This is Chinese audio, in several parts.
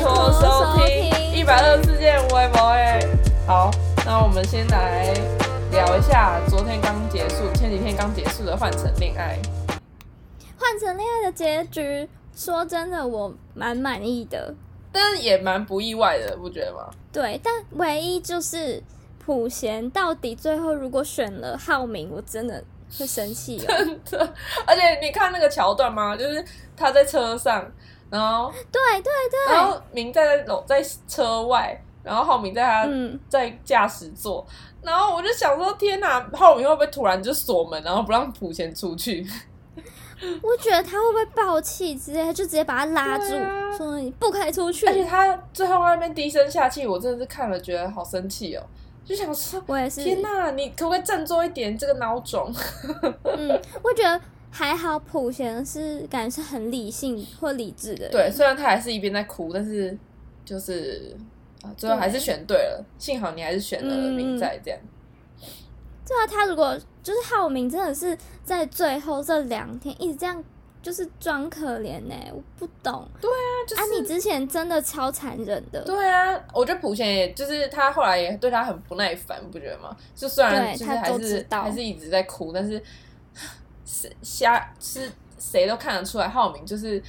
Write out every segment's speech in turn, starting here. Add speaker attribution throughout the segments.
Speaker 1: 收听一百二十四件微博哎。好，那我们先来聊一下昨天刚结束、前几天刚结束的《换乘恋爱》。
Speaker 2: 换成恋爱的结局，说真的，我蛮满意的。
Speaker 1: 但是也蛮不意外的，不觉得吗？
Speaker 2: 对，但唯一就是普贤到底最后如果选了浩明，我真的会生气哦。
Speaker 1: 而且你看那个桥段吗？就是他在车上，然后
Speaker 2: 对对对，
Speaker 1: 然后明在楼在车外，然后浩明在他、
Speaker 2: 嗯，
Speaker 1: 在驾驶座，然后我就想说，天哪，浩明会不会突然就锁门，然后不让普贤出去？
Speaker 2: 我觉得他会不会暴气之类，就直接把他拉住，
Speaker 1: 对啊
Speaker 2: 说你不可以出去
Speaker 1: 而。且他最后那边低声下气，我真的是看了觉得好生气哦，就想说。
Speaker 2: 我也是，
Speaker 1: 天呐，你可不可以振作一点？这个孬种，
Speaker 2: 嗯，我觉得还好，普贤是感觉是很理性或理智的人。
Speaker 1: 对，虽然他还是一边在哭，但是就是啊，最后还是选对了。幸好你还是选了
Speaker 2: 嗯
Speaker 1: 明仔这样。
Speaker 2: 对啊，他如果就是浩明，真的是在最后这两天一直这样，就是装可怜呢、我不懂。
Speaker 1: 那就是、
Speaker 2: 啊，你之前真的超残忍的。
Speaker 1: 对啊，我觉得普贤也就是他后来也对他很不耐烦，不觉得吗？就虽然
Speaker 2: 对
Speaker 1: 就是
Speaker 2: 他
Speaker 1: 还
Speaker 2: 都知
Speaker 1: 是
Speaker 2: 道
Speaker 1: 还是一直在哭，但是谁瞎是谁都看得出来，浩明就是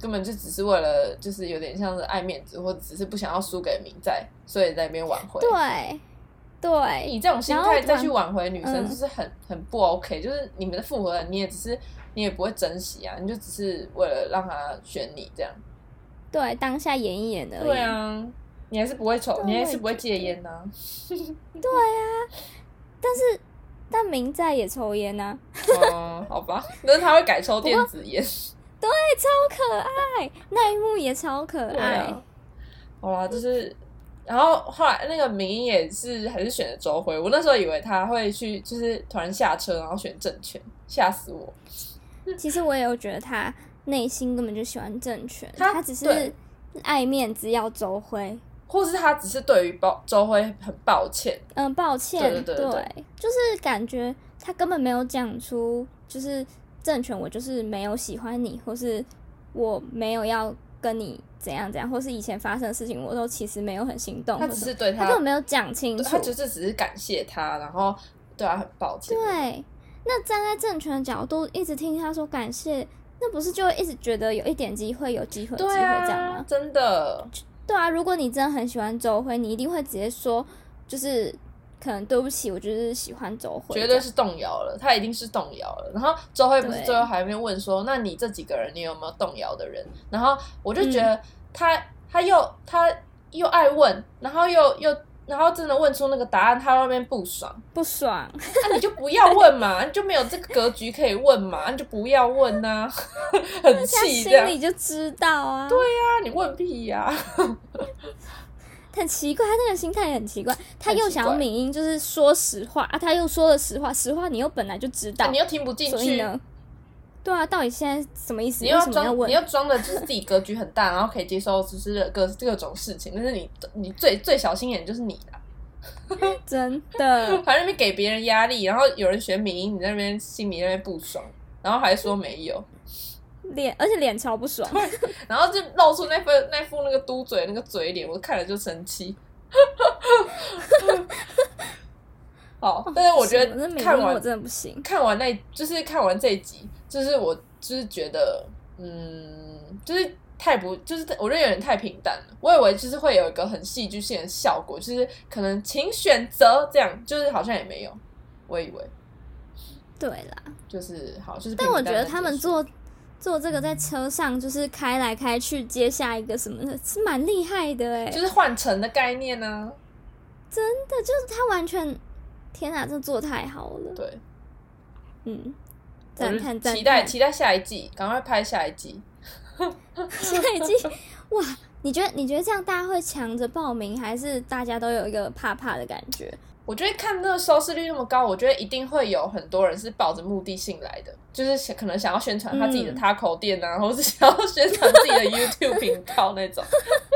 Speaker 1: 根本就只是为了就是有点像是爱面子，或者只是不想要输给明在，所以在那边挽回。
Speaker 2: 对对
Speaker 1: 以这种心
Speaker 2: 然后
Speaker 1: 态再去挽回女生，
Speaker 2: 嗯
Speaker 1: 就是很、很不 OK。就是你们的复合了，你也只是你也不会珍惜啊，你就只是为了让他选你这样。
Speaker 2: 对，当下演一演而已。
Speaker 1: 对啊，你还是不会抽，
Speaker 2: 对
Speaker 1: 你还
Speaker 2: 我
Speaker 1: 是
Speaker 2: 也
Speaker 1: 不会
Speaker 2: 觉
Speaker 1: 戒
Speaker 2: 得
Speaker 1: 烟啊呐、
Speaker 2: 但明在也抽烟呐、啊，
Speaker 1: 哦，好 吧，但是他会改抽电子烟。
Speaker 2: 超可爱，那一幕也超可爱。
Speaker 1: 啊， 好啦，就是，然后后来那个明也是还是选了周辉，我那时候以为他会去，就是突然下车然后选正权，吓死我。
Speaker 2: 其实我也有觉得他内心根本就喜欢郑权，
Speaker 1: 他
Speaker 2: 他只是
Speaker 1: 对
Speaker 2: 爱面子要周辉。
Speaker 1: 或是他只是对于包周辉很抱歉，
Speaker 2: 嗯、抱歉，
Speaker 1: 对对对对
Speaker 2: 就是感觉他根本没有讲出，就是郑权，我就是没有喜欢你，或是我没有要跟你怎样怎样，或是以前发生的事情，我都其实没有很心动。
Speaker 1: 他
Speaker 2: 或
Speaker 1: 只
Speaker 2: 者
Speaker 1: 是对
Speaker 2: 他
Speaker 1: 他，
Speaker 2: 根本没有讲清
Speaker 1: 对
Speaker 2: 楚，
Speaker 1: 他就是只是感谢他，然后对啊他很抱歉。
Speaker 2: 对，那站在政权的角度，一直听他说感谢，那不是就会一直觉得有一点机会，有机会，有机会
Speaker 1: 对
Speaker 2: 这样
Speaker 1: 啊
Speaker 2: 吗，？
Speaker 1: 真的，
Speaker 2: 对啊，如果你真的很喜欢周辉，你一定会直接说，就是可能对不起，我就是喜欢周辉这
Speaker 1: 绝
Speaker 2: 样，
Speaker 1: 对是动摇了，他一定是动摇了。然后周慧不是
Speaker 2: 对
Speaker 1: 最后还没问说，那你这几个人你有没有动摇的人？然后我就觉得
Speaker 2: 嗯
Speaker 1: 他、他又他又爱问，然后又又然后真的问出那个答案，他那边不爽，
Speaker 2: 不爽。
Speaker 1: 那、你就不要问嘛，你就没有这个格局可以问嘛，你就不要问呐、 很
Speaker 2: 他
Speaker 1: 气这
Speaker 2: 心
Speaker 1: 样。
Speaker 2: 里就知道啊，对啊，
Speaker 1: 那你问屁呀、
Speaker 2: 很奇怪，他那个心态也很奇怪，他
Speaker 1: 很
Speaker 2: 又
Speaker 1: 奇
Speaker 2: 想要
Speaker 1: 怪
Speaker 2: 敏英就是说实话啊，他又说了实话，实话你又本来就知道，
Speaker 1: 啊你又听不进
Speaker 2: 所以
Speaker 1: 去，
Speaker 2: 呢，对啊，到底现在什么意思？
Speaker 1: 你
Speaker 2: 为
Speaker 1: 要
Speaker 2: 什么要
Speaker 1: 装，
Speaker 2: 问
Speaker 1: 你？要装的就是自己格局很大，然后可以接受就是各各种事情，但是你你最最小心眼就是你啦，
Speaker 2: 真 的，
Speaker 1: 还在那边给别人压力，然后有人选民音，你在那边心里在那边不爽，然后还说没有，
Speaker 2: 脸，而且脸超不爽。
Speaker 1: 然后就露出那副那副那个嘟嘴那个嘴脸，我看了就生气。 好，哦但是我觉得
Speaker 2: 那美
Speaker 1: 看
Speaker 2: 英
Speaker 1: 完
Speaker 2: 我真的不行。
Speaker 1: 看完那，就是看完这一集，就是我就是觉得，嗯，就是太不，就是我觉得有点太平淡了。我以为就是会有一个很戏剧性的效果，就是可能请选择这样，就是好像也没有。我以为
Speaker 2: 对啦，
Speaker 1: 就是好，就是
Speaker 2: 但
Speaker 1: 平
Speaker 2: 我
Speaker 1: 平
Speaker 2: 觉
Speaker 1: 淡
Speaker 2: 得
Speaker 1: 淡
Speaker 2: 他们
Speaker 1: 结束
Speaker 2: 做做这个在车上就是开来开去接下一个什么的，是蛮厉害的哎、
Speaker 1: 就是换乘的概念呢、
Speaker 2: 真的就是他完全，天哪、这做得太好了，
Speaker 1: 对，
Speaker 2: 嗯，
Speaker 1: 我
Speaker 2: 赞
Speaker 1: 就
Speaker 2: 叹赞
Speaker 1: 期待
Speaker 2: 叹。
Speaker 1: 期待下一季，赶快拍下一季。
Speaker 2: 下一季，哇，你觉得你觉得这样大家会抢着报名，还是大家都有一个怕怕的感觉？
Speaker 1: 我觉得看那个收视率那么高，我觉得一定会有很多人是抱着目的性来的，就是想可能想要宣传他自己的
Speaker 2: 嗯
Speaker 1: taco 店啊，或是想要宣传自己的 YouTube 频道那种。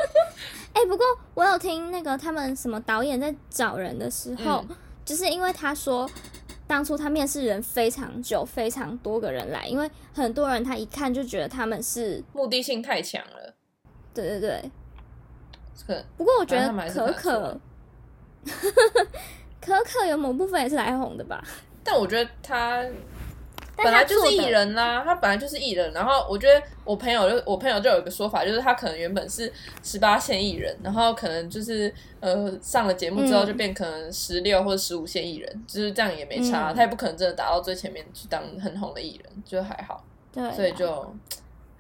Speaker 2: 哎、不过我有听那个他们什么导演在找人的时候，
Speaker 1: 嗯
Speaker 2: 就是因为他说，当初他面试人非常久，非常多个人来，因为很多人他一看就觉得他们是，
Speaker 1: 目的性太强了。
Speaker 2: 对对对，
Speaker 1: 可能
Speaker 2: 不过我觉
Speaker 1: 反正
Speaker 2: 得
Speaker 1: 他们还是
Speaker 2: 可
Speaker 1: 把它出来
Speaker 2: 可，可可有某部分也是来红的吧？
Speaker 1: 但我觉得他
Speaker 2: 但
Speaker 1: 本来
Speaker 2: 他
Speaker 1: 就
Speaker 2: 做
Speaker 1: 是艺
Speaker 2: 的
Speaker 1: 人啦，他本来就是艺人。然后我觉得我朋友就我朋友就有一个说法，就是他可能原本是十八线艺人，然后可能就是呃上了节目之后
Speaker 2: 嗯
Speaker 1: 就变可能十六或者十五线艺人，就是这样也没差，
Speaker 2: 嗯
Speaker 1: 他也不可能真的达到最前面去当很红的艺人，就还好，
Speaker 2: 对啊，
Speaker 1: 所以就。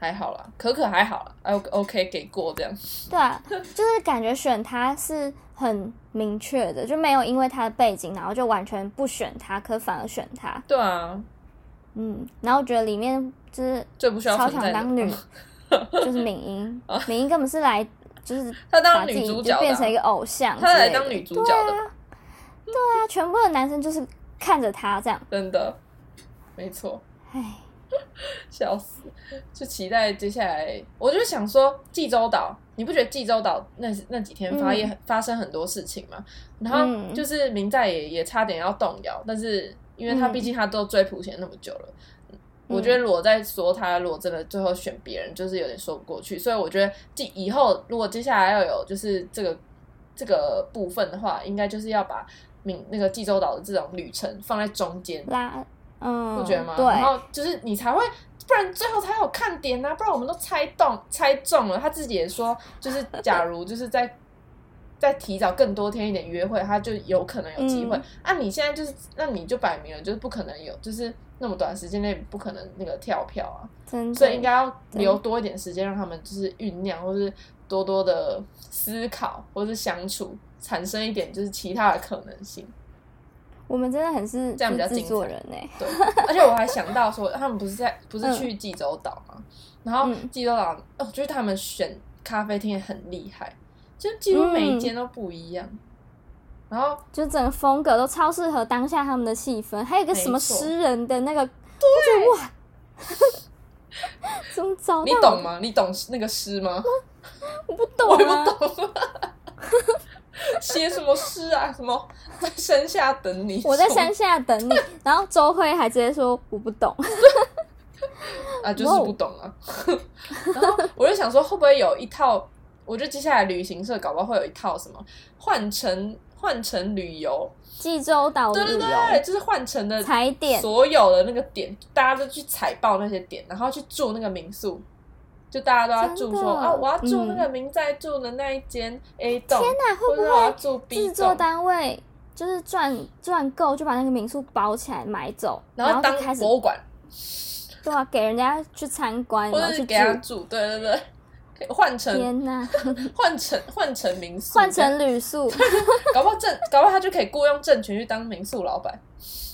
Speaker 1: 还好啦，可可还好啦，哎，OK 给过这样，
Speaker 2: 对啊，就是感觉选他是很明确的，就没有因为他的背景，然后就完全不选他，可反而选他。
Speaker 1: 对啊，
Speaker 2: 嗯，然后我觉得里面就是
Speaker 1: 最不需要
Speaker 2: 超
Speaker 1: 存
Speaker 2: 想
Speaker 1: 在的啊
Speaker 2: 当女，就是敏英，敏英根本是来就是
Speaker 1: 她当
Speaker 2: 把自
Speaker 1: 女
Speaker 2: 己
Speaker 1: 主角
Speaker 2: 就
Speaker 1: 的啊
Speaker 2: 变成一个偶像之类
Speaker 1: 她
Speaker 2: 的，
Speaker 1: 来当女主角的吧，
Speaker 2: 对啊，全部的男生就是看着他这样，
Speaker 1: 真的，没错。
Speaker 2: 唉，
Speaker 1: 笑死！就期待接下来，我就想说济州岛，你不觉得济州岛那那几天发
Speaker 2: 嗯
Speaker 1: 也、发生很多事情吗？然后
Speaker 2: 嗯
Speaker 1: 就是明在也也差点要动摇，但是因为他
Speaker 2: 嗯
Speaker 1: 毕竟他都追普贤那么久了。我觉得如果再说他，如果真的最后选别人，就是有点说不过去。所以我觉得，继以后如果接下来要有就是这个这个部分的话，应该就是要把闽那个济州岛的这种旅程放在中间，
Speaker 2: 拉，嗯，
Speaker 1: 不觉得吗？
Speaker 2: 对，
Speaker 1: 然后就是你才会，不然最后才有看点呐、啊不然我们都猜中猜中了。他自己也说，就是假如就是在 再提早更多天一点约会，他就有可能有机会。
Speaker 2: 嗯
Speaker 1: 啊，你现在就是，那你就摆明了就是不可能有，就是那么短时间内不可能那个跳票啊，
Speaker 2: 真的，
Speaker 1: 所以应该要留多一点时间让他们就是酝酿，或是多多的思考，或是相处，产生一点就是其他的可能性。
Speaker 2: 我们真的很是
Speaker 1: 这样比较
Speaker 2: 就是
Speaker 1: 精
Speaker 2: 制作
Speaker 1: 彩
Speaker 2: 人哎，
Speaker 1: 对，而且我还想到说，他们不是在不是去济州岛嘛，然后
Speaker 2: 嗯
Speaker 1: 济州岛，哦，我觉得他们选咖啡厅也很厉害，就几乎每一
Speaker 2: 嗯
Speaker 1: 间都不一样。然后
Speaker 2: 就整个风格都超适合当下他们的气氛，还有一个
Speaker 1: 没
Speaker 2: 什么
Speaker 1: 错
Speaker 2: 诗人的那个，对，哇， 怎么找到？啊
Speaker 1: 你懂？吗？你懂那个诗吗？
Speaker 2: 我不
Speaker 1: 我
Speaker 2: 懂
Speaker 1: 也
Speaker 2: 啊，
Speaker 1: 不懂。写什么诗啊？什么在山下等你？
Speaker 2: 我在
Speaker 1: 什么
Speaker 2: 山下等你。然后周慧还直接说我不懂，
Speaker 1: 啊，就是
Speaker 2: 哦
Speaker 1: 不懂啊。 然后我就想说，会不会有一套？我觉得接下来旅行社搞不好会有一套什么换乘换乘旅游，
Speaker 2: 济州岛
Speaker 1: 对
Speaker 2: 哦旅
Speaker 1: 对
Speaker 2: 游
Speaker 1: 对，就是换乘的
Speaker 2: 踩点，
Speaker 1: 所有的那个点，大家都去踩爆那些点，然后去住那个民宿，就大家都要住
Speaker 2: 真的
Speaker 1: 说啊，我要住那
Speaker 2: 嗯
Speaker 1: 个明在住的那一间 A 栋，天
Speaker 2: 那
Speaker 1: 或
Speaker 2: 会不
Speaker 1: 者我要
Speaker 2: 会
Speaker 1: 住 B
Speaker 2: 制作
Speaker 1: 栋，
Speaker 2: 单位就是赚赚够就把那个民宿包起来买走，然
Speaker 1: 后
Speaker 2: 就
Speaker 1: 当
Speaker 2: 开始
Speaker 1: 博物馆，
Speaker 2: 对啊，给人家去参观，
Speaker 1: 或
Speaker 2: 然
Speaker 1: 者是
Speaker 2: 后去住
Speaker 1: 给。他住，对对对，可以换 成
Speaker 2: 天呐，
Speaker 1: 换成换成民宿，
Speaker 2: 换成旅宿，
Speaker 1: 搞不好政，搞不好他就可以雇佣政权去当民宿老 板，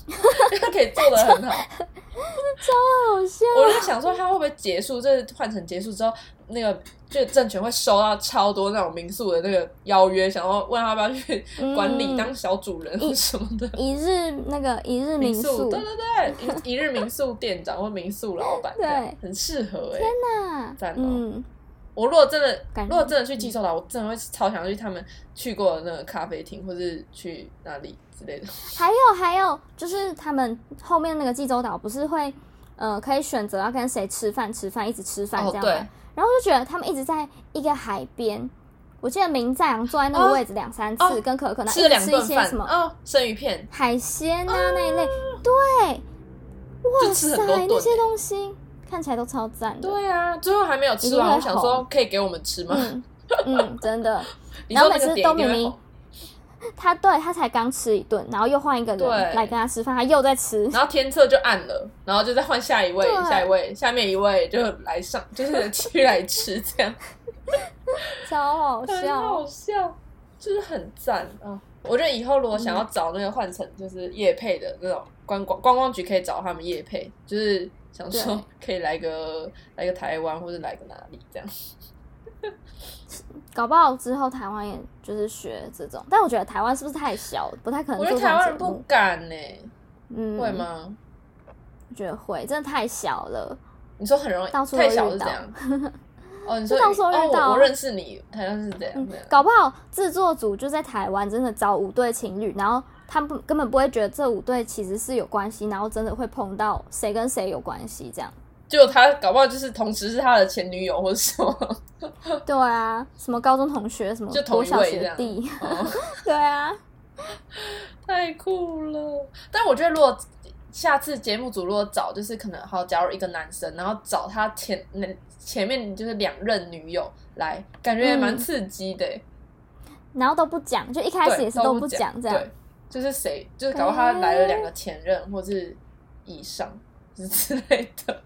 Speaker 1: 因为他可以做的很好。
Speaker 2: 好笑。
Speaker 1: 我就想说，他会不会结束？这换成结束之后，那个就政权会收到超多那种民宿的那个邀约，想要问他要不要去管理
Speaker 2: 嗯
Speaker 1: 当小主人或什么的。
Speaker 2: 一日那个一日民
Speaker 1: 宿，
Speaker 2: 宿，
Speaker 1: 对对对，一一日民宿店长或民宿老板，
Speaker 2: 对
Speaker 1: 对，很适合哎、
Speaker 2: 那
Speaker 1: 赞哦
Speaker 2: 嗯，
Speaker 1: 我如果真的，
Speaker 2: 感嗯
Speaker 1: 如果真的去济州岛，我真的会超想去他们去过的那个咖啡厅，或是去哪里之类的。
Speaker 2: 还有还有，就是他们后面那个济州岛不是会，呃，可以选择要跟谁吃饭，吃饭一直吃饭
Speaker 1: 哦
Speaker 2: 这样、
Speaker 1: 对
Speaker 2: 吗？然后我就觉得他们一直在一个海边，我记得明在阳坐在那
Speaker 1: 哦
Speaker 2: 个位置两三次，
Speaker 1: 哦
Speaker 2: 跟可可那
Speaker 1: 吃了
Speaker 2: 一直
Speaker 1: 两
Speaker 2: 吃一
Speaker 1: 顿
Speaker 2: 些
Speaker 1: 饭
Speaker 2: 什么
Speaker 1: 哦，生鱼片，
Speaker 2: 海鲜啊、那一类，对，
Speaker 1: 就
Speaker 2: 哇
Speaker 1: 吃
Speaker 2: 塞
Speaker 1: 很多，
Speaker 2: 那
Speaker 1: 顿
Speaker 2: 些
Speaker 1: 欸。
Speaker 2: 东西看起来都超赞的，
Speaker 1: 对啊，最后还没有吃
Speaker 2: 一定
Speaker 1: 完，
Speaker 2: 会
Speaker 1: 我想说
Speaker 2: 红
Speaker 1: 可以给我们吃吗？
Speaker 2: 嗯嗯，真的。
Speaker 1: 你
Speaker 2: 然
Speaker 1: 说那
Speaker 2: 后每
Speaker 1: 个
Speaker 2: 次
Speaker 1: 点
Speaker 2: 都
Speaker 1: 一定
Speaker 2: 明
Speaker 1: 会红
Speaker 2: 明。他对他才刚吃一顿，然后又换一个人
Speaker 1: 对
Speaker 2: 来跟他吃饭，他又在吃，
Speaker 1: 然后天策就暗了，然后就再换下一位，
Speaker 2: 对
Speaker 1: 下一位，下面一位就来上， 就是继续来吃，这样
Speaker 2: 超好
Speaker 1: 很
Speaker 2: 笑哦
Speaker 1: 好。笑，就是很赞啊、我觉得以后如果想要
Speaker 2: 嗯
Speaker 1: 找那个换成就是叶配的那种观光观光局，可以找他们叶配，就是想说可以来个来个台湾或者来个哪里这样。
Speaker 2: 搞不好之后台湾也就是学这种，但我觉得台湾是不是太小，不太可能
Speaker 1: 我
Speaker 2: 做
Speaker 1: 觉
Speaker 2: 这
Speaker 1: 得
Speaker 2: 种
Speaker 1: 台湾
Speaker 2: 节
Speaker 1: 人不
Speaker 2: 目？
Speaker 1: 敢呢、
Speaker 2: 嗯，
Speaker 1: 会？吗？
Speaker 2: 我觉得会，真的太小了。
Speaker 1: 你说很容易
Speaker 2: 到处都
Speaker 1: 太小
Speaker 2: 遇
Speaker 1: 是
Speaker 2: 到
Speaker 1: 怎样？ 哦，你说
Speaker 2: 就到处都
Speaker 1: 哦，
Speaker 2: 遇
Speaker 1: 我
Speaker 2: 到啊
Speaker 1: 我认识你，好像是这样
Speaker 2: 嗯
Speaker 1: 这样，
Speaker 2: 搞不好制作组就在台湾真的找五对情侣，然后他们 根本不会觉得这五对其实是有关系，然后真的会碰到谁跟谁有关系这样。
Speaker 1: 结果他搞不好就是同时是他的前女友或者什 么，
Speaker 2: 对啊，什么高中同学，什么
Speaker 1: 就同
Speaker 2: 国
Speaker 1: 一
Speaker 2: 小
Speaker 1: 位这
Speaker 2: 学
Speaker 1: 样
Speaker 2: 弟，
Speaker 1: 哦
Speaker 2: 对啊，
Speaker 1: 太酷了！但我觉得，如果下次节目组如果找，就是可能好，假如一个男生，然后找他前那前面就是两任女友来，感觉也蛮
Speaker 2: 嗯
Speaker 1: 刺激的欸。
Speaker 2: 然后都不讲，就一开
Speaker 1: 对，
Speaker 2: 始也是
Speaker 1: 都
Speaker 2: 不
Speaker 1: 讲，
Speaker 2: 这样
Speaker 1: 对，，就是谁，就是搞不好他来了两个前任或是以上就是之类的，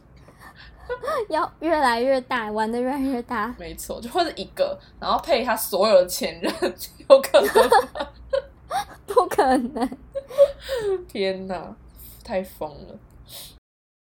Speaker 2: 要越来越大，玩的越来越大，
Speaker 1: 没错，就或者一个，然后配他所有的前任， 有可 能。
Speaker 2: 不可能。
Speaker 1: 天哪，太疯了！